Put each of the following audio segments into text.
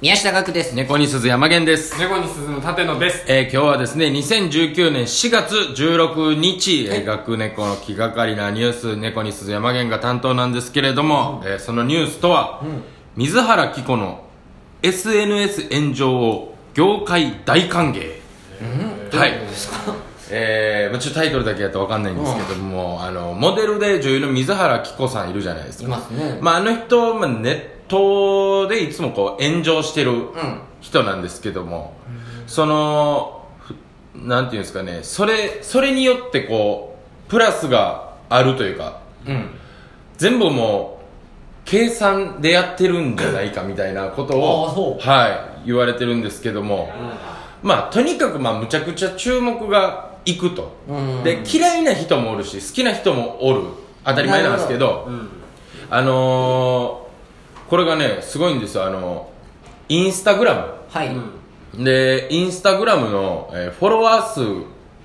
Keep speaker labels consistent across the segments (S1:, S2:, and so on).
S1: 宮下岳です。
S2: 猫に鈴山源です、
S3: 猫に鈴の立野です。
S2: えー、今日はですね2019年4月16日、えー、学猫の気がかりなニュース猫に鈴山源が担当なんですけれども、えーそのニュースとは、水原希子の SNS 炎上を業界大歓迎、はいえーまあ、ちょっとタイトルだけやったらわかんないんですけども、あのモデルで女優の水原希子さんいるじゃないですか
S1: いますね。
S2: まあ、あの人、まあ、ネットでいつもこう炎上してる人なんですけども、そのふなんていうんですかねそれそれによってこうプラスがあるというか
S3: うん。
S2: 全部もう計算でやってるんじゃないかみたいなことを
S1: あーそう
S2: はい、言われてるんですけども、まあとにかくまあむちゃくちゃ注目がいくと、
S1: うん
S2: で嫌いな人もおるし好きな人もおる当たり前なんですけど
S3: うん。
S2: あのー、これがねすごいんですよあのインスタグラ
S1: はい。
S2: ムでインスタグラムの、えーフォロワー数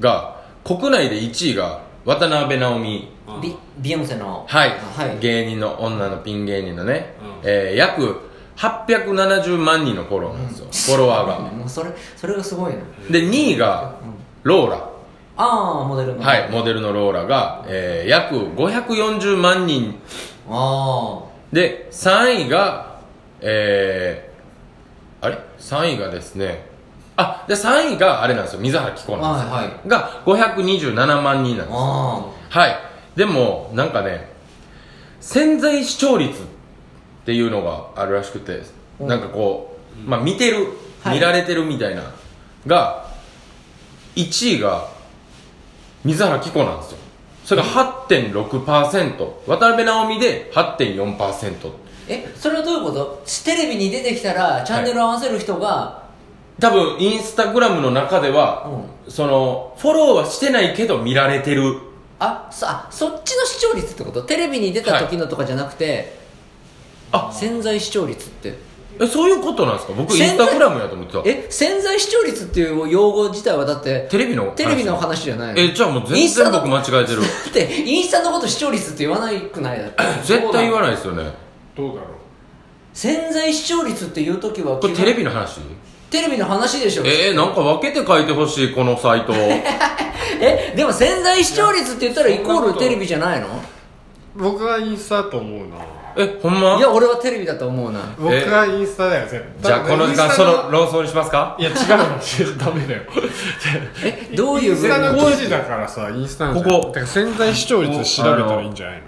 S2: が国内で1位が渡辺直美
S1: ビビヨンセの。
S2: はい、
S1: はい。
S2: 芸人の女のピン芸人のね、
S3: うん
S2: えー約870万人のフォローなんですよ、フォロワー
S1: もうそれ、それがすごいな。
S2: がで2位がローラ
S1: ああ、モデルの。
S2: はい。モデルのローラが、えー約540万人
S1: あ
S2: で3位がえー、あれ3位がですねあで3位があれなんですよ水原希子
S1: あ。
S2: なんですよ、
S1: はいはい。
S2: が527万人なんです
S1: あ
S2: はいでもなんかね潜在視聴率っていうのがあるらしくて、
S1: うん
S2: なんかこう、まあ、見てる、
S1: はい
S2: 見られてるみたいなが1位が水原希子なんですよそれが8.6%渡辺直美で8.4%
S1: あ。え、それはどういうことテレビに出てきたら、チャンネル合わせる人が、
S2: 多分インスタグラムの中では、そのフォローはしてないけど見られてる
S1: あ、そ、あ、そっちの視聴率ってことテレビに出た時のとかじゃなくて、
S2: あ
S1: 潜在視聴率って。
S2: えそういうことなんですか僕イン
S1: 潜
S2: ス
S1: 在
S2: タグラムやと思ってた
S1: え、潜在視聴率っていう用語自体はだって、
S2: テレビの話
S1: テレビの話じゃないの
S2: えじゃあもう
S1: イン
S2: 全
S1: スタ
S2: 然
S1: の
S2: 僕間違えてる
S1: だってインスタのこと視聴率って言わないくないだって
S2: 絶対言わないですよね
S3: どうだろ
S1: 潜在視聴率っていう時は
S2: これテレビ
S1: の
S2: の話
S1: テレビの話でしょ
S2: えー、なんか分けて書いてほしいこのサイト
S1: えでも潜在視聴率って言ったら
S3: いや
S1: イコー
S3: そんなこ
S1: ル
S3: と
S1: テレビじゃないの
S3: う。僕はインスタだと思うな。
S2: えほんま
S1: いや俺はテレビだと思うな
S3: 僕はインスタだよ、絶
S2: じ
S3: 対。
S2: ゃあこの時間
S3: インス
S2: そ
S3: タ
S2: の。論争にしますか
S3: いや、違うの。ダメ だよ。
S1: えどういう
S3: インスタの
S1: 分
S3: 記事だからさ、インスタなんじゃ
S2: こ
S3: ない
S2: こ
S3: だから潜在視聴率調べたらいいんじゃないの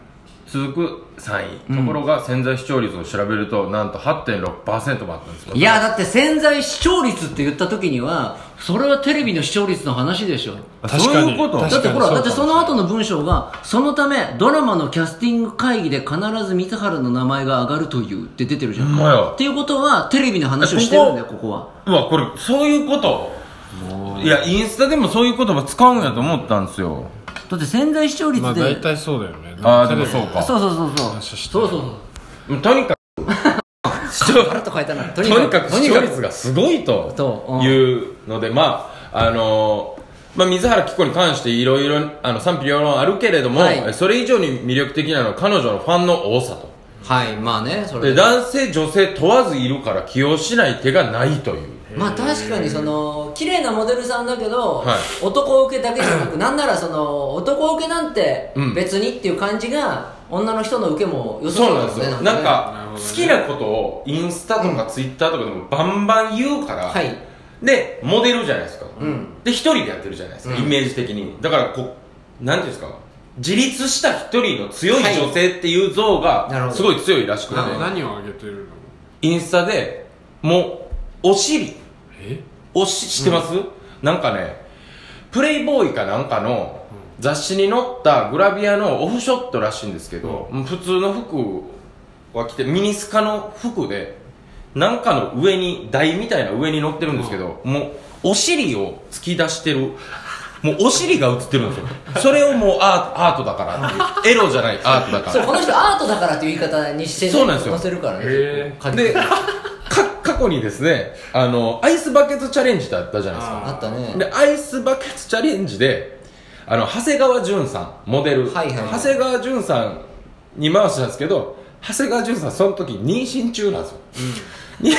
S2: 続く3位ところが潜在視聴率を調べるとなんと8.6%もあったんですよ
S1: いやだって潜在視聴率って言った時にはそれはテレビの視聴率の話でしょ
S2: あそういうこと
S3: 確かに
S1: だってほら
S3: 確
S1: だって
S3: かに
S1: その後の文章がそのためドラマのキャスティング会議で必ず水原の名前が上がるというって出てるじゃん
S2: ほんまよ
S1: っていうことはテレビの話をしてるんだよ
S2: え
S1: ここは
S2: うわこれそういうこといやインスタでもそういう言葉使うんやと思ったんですよ
S1: だって潜在視聴率で、
S3: まあ大体そうだよね。
S2: ああでもそうか
S1: そうそうそうそう
S3: 話して
S1: そうそうそう
S2: うんとにかく視聴
S1: ガラッと変えたなと
S2: とにかく視聴率
S1: が
S2: がすごいと
S1: とうん
S2: いうのでまああのーまあ、水原希子に関していろいろあの賛否両論あるけれども、
S1: はい
S2: えそれ以上に魅力的なのは彼女のファンの多さと
S1: はいまあねそれ
S2: で
S1: で
S2: 男性女性問わずいるから起用しない手がないという
S1: まあ確かにその綺麗なモデルさんだけど、
S2: はい
S1: 男受けだけじゃなくなんならその男受けなんて
S2: うん
S1: 別にっていう感じが、女の人の受けも良さ
S2: そう
S1: そう
S2: な
S1: だ
S2: ん
S1: もん
S2: です
S1: ね
S2: よ
S1: ね
S2: なん
S3: なる
S2: か
S3: ほどね
S2: 好きなことをインスタとかツイッターとかでもバンバン言うから、
S1: はい
S2: でモデルじゃないですか、
S1: うん
S2: で一人でやってるじゃないですか、
S1: うん
S2: イメージ的にだからこうなんていうんですか自立した一人の強い
S1: はい
S2: 女性っていう像
S1: なるほ
S2: が
S1: ど
S2: すごい強いらしくて、
S3: な何を上げてるの
S2: インスタでもうお尻
S3: え
S2: おし知ってます、なんかねプレイボーイかなんかの雑誌に載ったグラビアのオフショットらしいんですけど、もう普通の服は着てミニスカの服でなんかの上に台みたいな上に乗ってるんですけど、もうお尻を突き出してるもうお尻が映ってるんですよそれをもうアートアートだから っていうエロじゃないアートだから
S1: それこの人アートだからっていう言い方にしてね
S2: そうなんですよ
S1: 載せるからね
S3: へー
S1: 感じ
S2: でか過去にですねあのアイスバケツチャレンジってあったじゃないですか
S1: あったね
S2: でアイスバケツチャレンジであの長谷川潤さんモデル、
S1: はいはいはい
S2: 長谷川潤さんに回したんですけど長谷川潤さんその時妊娠中なんですよ、妊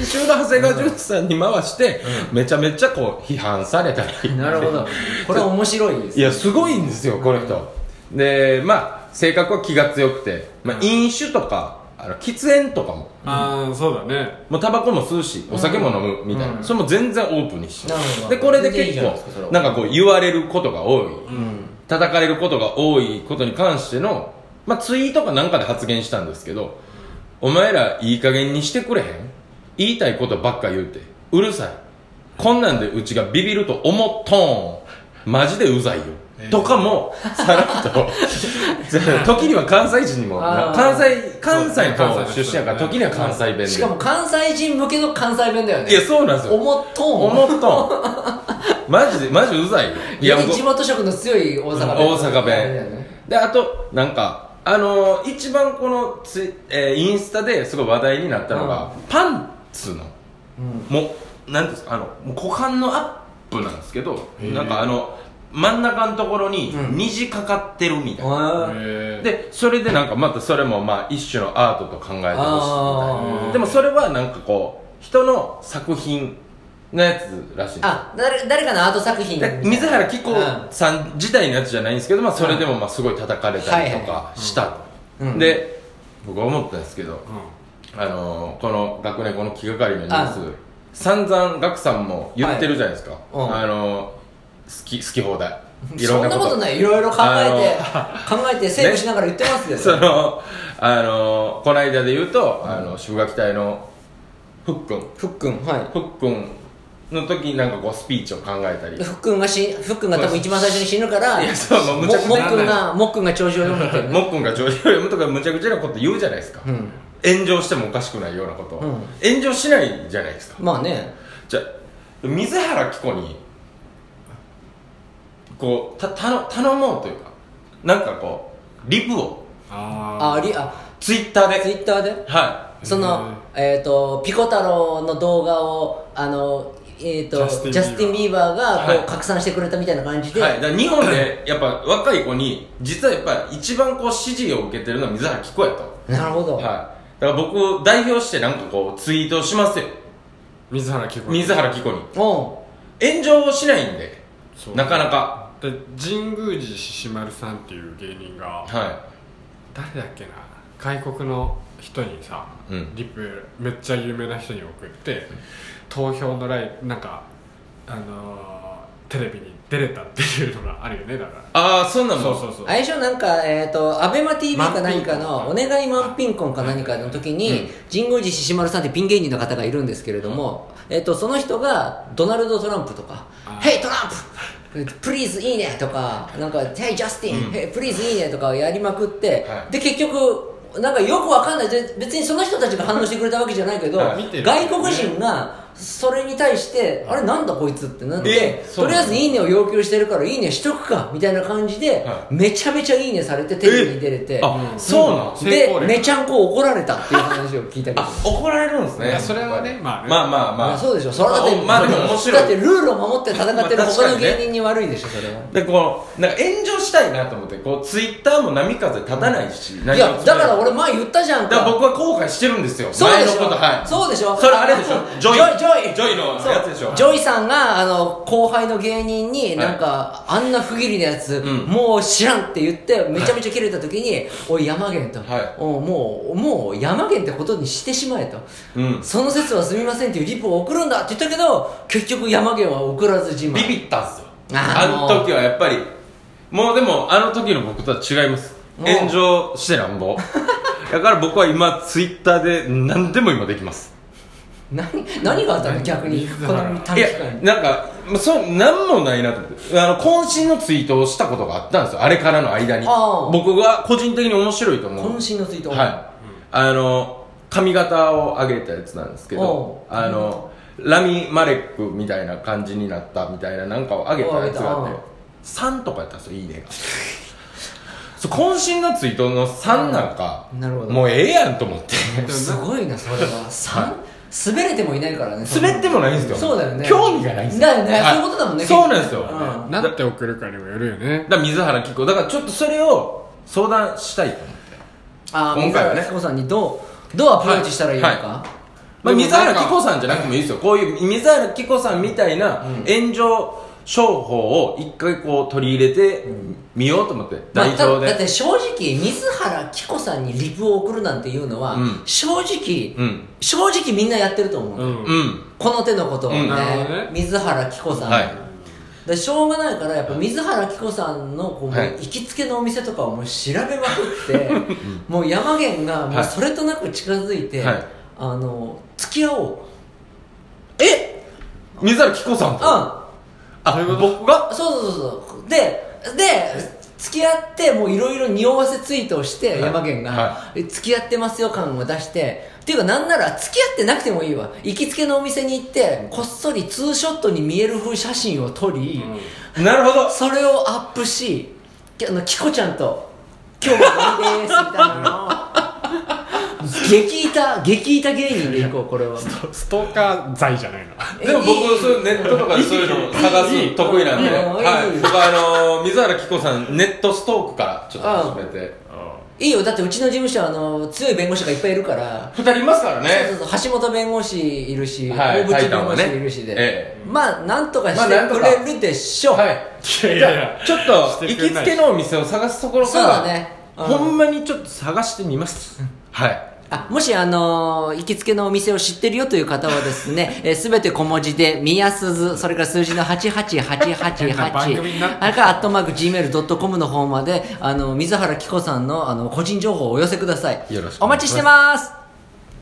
S2: 娠中の長谷川淳二さんに回して、めちゃめちゃこう批判されたり
S1: なるほどこれ面白いです
S2: いやすごいんですよこの人でまあ性格は気が強くて、まあ、飲酒とかあの喫煙とかも
S3: ああそうだね
S2: もうタバコも吸うしお酒も飲むみたいな、
S1: うん
S2: それも全然オープンにしちゃう
S1: なるほど
S2: でこれで
S1: 全然いいじ
S2: 結
S1: ゃない
S2: 構
S1: ですかそれは
S2: なんかこう言われることが多い、
S1: うん
S2: 叩かれることが多いことに関しての、まあ、ツイートかなんかで発言したんですけど、お前らいい加減にしてくれへん言いたいことばっか言うて、うるさい。こんなんでうちがビビると思っとん。マジでうざいよ。とかも、さらっ と、時には関西人にも、
S1: あー
S2: 関西、関西
S3: そう
S2: の
S3: ですね
S2: 出身やから、
S3: 関
S2: 時
S3: 西
S2: には関西弁で。
S1: しかも関西人向けの関西弁だよね
S2: いや、そうなんですよ。
S1: 思っとん
S2: 思っとん。 マジで、マジうざいよ。い
S1: よ
S2: や、
S1: り
S2: 僕
S1: 地元色の強い大阪弁
S2: 大阪弁であとなんかあのー、一番このツイ、えーインスタですごい話題になったのが、パンツの
S1: うん
S2: もうなんていうんですかあのもう股間のアップなんですけど
S3: へー
S2: なんかあの真ん中のところに
S1: うん
S2: 虹かかってるみたいな、
S1: あ
S3: へえ
S2: でそれでなんかまたそれもまあ一種のアートと考えてほしいみたい
S1: あ
S2: な
S3: ー
S2: でもそれはなんかこう人の作品のやつらしいんですよ
S1: あ誰誰かのアート作品
S2: で水原希子
S1: うん
S2: さん自体のやつじゃないんですけど、まあ、それでもまあすごい叩かれたりと
S1: はい
S2: かしたと、
S1: うん
S2: で僕は思ったんですけど、
S3: う
S2: あのーこの学年この気がかりのニュース散々岳さんも言ってるじゃないですか、
S1: はいうん
S2: あのー好き好き 放題い
S1: そ
S2: ろん
S1: ん
S2: な
S1: な
S2: こ
S1: こととないいろいろ考えて考えてセーブしながら言ってますよ
S2: そのあのーこの間で言うとあの渋垣隊のふっくん
S1: ふっくんは
S2: ふっくんの時になんかこうスピーチを考えたり
S1: いふっくんがしふっくんが多分一番最初に死ぬから
S2: いやそうもう
S1: も
S2: むちゃくち
S1: も
S2: ゃ
S1: っくんがもっくんが長寿を読むっていうね
S2: もっくんが上司を読むとかむちゃくちゃなこと言うじゃないですか、
S1: うん
S2: 炎上してもおかしくないようなこと、
S1: うん
S2: 炎上しないじゃないですか
S1: まあね
S2: じゃあ水原希子にこうた頼頼もうというかなんかこうリプを
S3: あ
S1: あ
S3: あ
S1: りあ
S2: ツイッター
S1: ツイ
S2: で
S1: ッターで
S2: は
S1: そのえっとピコ太郎の動画をあのえっと
S3: ジ
S1: ジャ
S3: ャ
S1: ス
S3: ス
S1: テ
S3: テ
S1: ィ
S3: ィ
S1: ン・
S3: ン
S1: ビーバーがこ
S2: は
S1: う
S2: い
S1: 拡散してくれたみたいな感じ
S2: い、
S1: で
S2: はい、だから日本でやっぱ若い子に実はやっぱ一番こう支持を受けてるのは水原希子やと、
S1: なるほど
S2: はい、だから僕代表してなんかこうツイートしますよ
S3: 水原希子
S2: 水原希子に
S1: おう
S2: 炎上しないんで
S3: そう
S2: なかなか
S3: で神宮寺獅子丸さんっていう芸人が
S2: は
S3: 誰だっけな外国の人にさ、
S2: うん
S3: リプめっちゃ有名な人に送って投票のライブなんかあのー、テレビに出れたっていうのがあるよねだから
S2: いああそんなもん
S3: そうそうそう
S1: 相性なんか、えっ、と、アベマ TV か何かの、お
S3: マンピンコン
S1: 願いマンピンコンか何かの時に、神宮寺獅子丸さんってピン芸人の方がいるんですけれども、えっ、と、その人が、ドナルド・トランプとか、
S3: あー
S1: ヘイトランププリーズいいねとか、なんか、ヘイジャスティン、ヘイプリーズいいねとかをやりまくって、
S2: はい
S1: で、結局、なんかよくわかんないで別にその人たちが反応してくれたわけじゃないけど、
S2: はい
S3: 見てる
S1: 外国人がそれに対して、あれなんだこいつってなって
S2: えそう
S1: とりあえずいいねを要求してるからいいねしとくかみたいな感じで、
S2: は
S1: めちゃめちゃいいねされてテレビに出れて
S2: あそうなん
S3: 成
S1: で
S3: 功例
S1: めちゃんこ怒られたっていう話を聞いたけど
S2: あ怒られるんです
S3: い
S2: ね
S3: やそれはねまあね
S2: まあまあま
S1: ま
S2: あ
S1: あそうでしょそれはだって,、
S2: まあでも面白い
S1: だってルールを守って戦ってる
S2: まあ確
S1: 他
S2: か
S1: の
S2: にね
S1: 芸人に悪いでしょそれは。
S2: でこうなんか炎上したいなと思ってこうツイッターも波風立たない
S1: い
S2: し、何も
S1: やだから
S2: だ
S1: 俺前言ったじゃんか
S2: から僕は後悔してるんですよ
S1: そうでしょ
S2: 前のことはい
S1: そうでしょ
S2: それあれでしょジョイ
S1: ジョイ
S2: ジョイの
S1: そう
S2: やつでしょ
S1: ジョイさんがあの後輩の芸人になんか、あんな不義理なやつ、
S2: ん
S1: もう知らんって言ってめちゃめちゃ切れた時に「おい山源」と、
S2: はい
S1: おうもうもう山源ってことにしてしまえと、
S2: うん
S1: その説はすみませんっていうリプを送るんだって言ったけど結局山源は送らず自慢
S2: ビビったんですよ
S1: あ
S2: あ
S1: ー
S2: の時はやっぱりもうでもあの時の僕とは違います
S1: もう
S2: 炎上してな んぼだから僕は今ツイッターで何でも今できます
S1: 何何があったの逆に
S3: 水
S1: こ
S3: 原
S1: の短
S2: いや
S1: 期間に
S2: なんかまあそうなんもないなと思ってあの渾身のツイートをしたことがあったんですよあれからの間に
S1: ああ
S2: 僕が個人的に面白いと思う
S1: 渾身のツイート
S2: はい、あの髪型を上げたやつなんですけどあのラミ・マレックみたいな感じになったみたいななんかを上げたやつがあ
S1: お
S2: っ
S1: う
S2: て3とかやったんですよいいねが そう渾身のツイートの3なんか、
S1: うんなるほど
S2: もうええやんと思って
S1: すごいなそれは三滑れてもいないからねそんな
S2: 滑ってもないんですよ
S1: そうだよね
S2: 興味がないんですよ
S1: だよね
S2: は
S1: そういうことだもんね
S2: そうなんですよ、
S1: 結局うん
S3: なんて送るかにもよるよね
S2: だから水原希子だからちょっとそれを相談したいと思って
S1: あー
S2: 今回はね
S1: 水原希子さんにどうどうアプローチしたらいいのか、
S2: はいまあ、
S3: でも
S2: 水
S3: なんか
S2: 原希子さんじゃなくてもいいですよ、こういう水原希子さんみたいな炎上商法を一回こう取り入れてみようと思って、
S1: まあ
S2: 代表
S1: だだっ
S2: で、
S1: て正直水原希子さんにリプを送るなんていうのは、
S2: うん
S1: 正直、
S2: うん
S1: 正直みんなやってると思う、
S3: うん
S2: うん
S1: この手のことをね,、
S2: うん
S3: なるほどね
S1: 水原希子さん、
S2: はい
S1: でしょうがないからやっぱ水原希子さんのこう、
S2: はい
S1: もう行きつけのお店とかをもう調べまく って、もう山源がも
S2: は
S1: う
S2: い
S1: それとなく近づいて、
S2: はい
S1: あの付き合おうえ
S2: 水原希子さんと、
S1: うん
S2: あ僕が
S1: そうそうそうそうでで付き合ってもういろいろ匂わせツイートをして、
S2: はい
S1: 山源が、
S2: は
S1: 付き合ってますよ感を出してっていうかなんなら付き合ってなくてもいいわ行きつけのお店に行ってこっそりツーショットに見える風写真を撮り、
S2: なるほど
S1: それをアップしきあのキコちゃんと「今日は無理です」みたいなのを 激板激板芸人でいこうこれは
S3: ストーカー罪じゃないの
S2: でも僕そういうネットとかでそういうのを探す得意なんで、
S1: いいいい
S2: はい、僕はあのー水原希子さんネットストークからちょっと始めて
S1: いいよだってうちの事務所はあの強い弁護士がいっぱいいるから
S2: 二人いますからね
S1: そうそうそう橋本弁護士いるし、
S2: はい
S1: 大
S2: タ
S1: 渕
S2: イタ
S1: 弁
S2: ン
S1: 護
S2: は
S1: 士
S2: ね
S1: いるしで、
S2: え
S1: まあなんとかし
S2: まあな
S1: て
S2: んと
S1: く
S2: か
S1: れるでしょう、
S2: はい
S3: いやいやいや
S2: ちょっと
S3: して
S2: 行
S3: くれ
S2: き
S3: な
S2: つ
S3: い
S2: けのお店を探すところか
S1: そうだ
S2: ら、
S1: ねうん
S2: ほんまにちょっと探してみますはい
S1: あもしあのー行きつけのお店を知ってるよという方はですね、えー、全て小文字で宮鈴それから数字の
S3: 変な番組になっ
S1: 88888
S3: た
S1: あれからアットマーク Gmail.com の方まであの水原希子さんのあの個人情報をお寄せください
S2: よろしく
S1: お
S2: お願
S1: 待
S2: いします
S1: ちしてます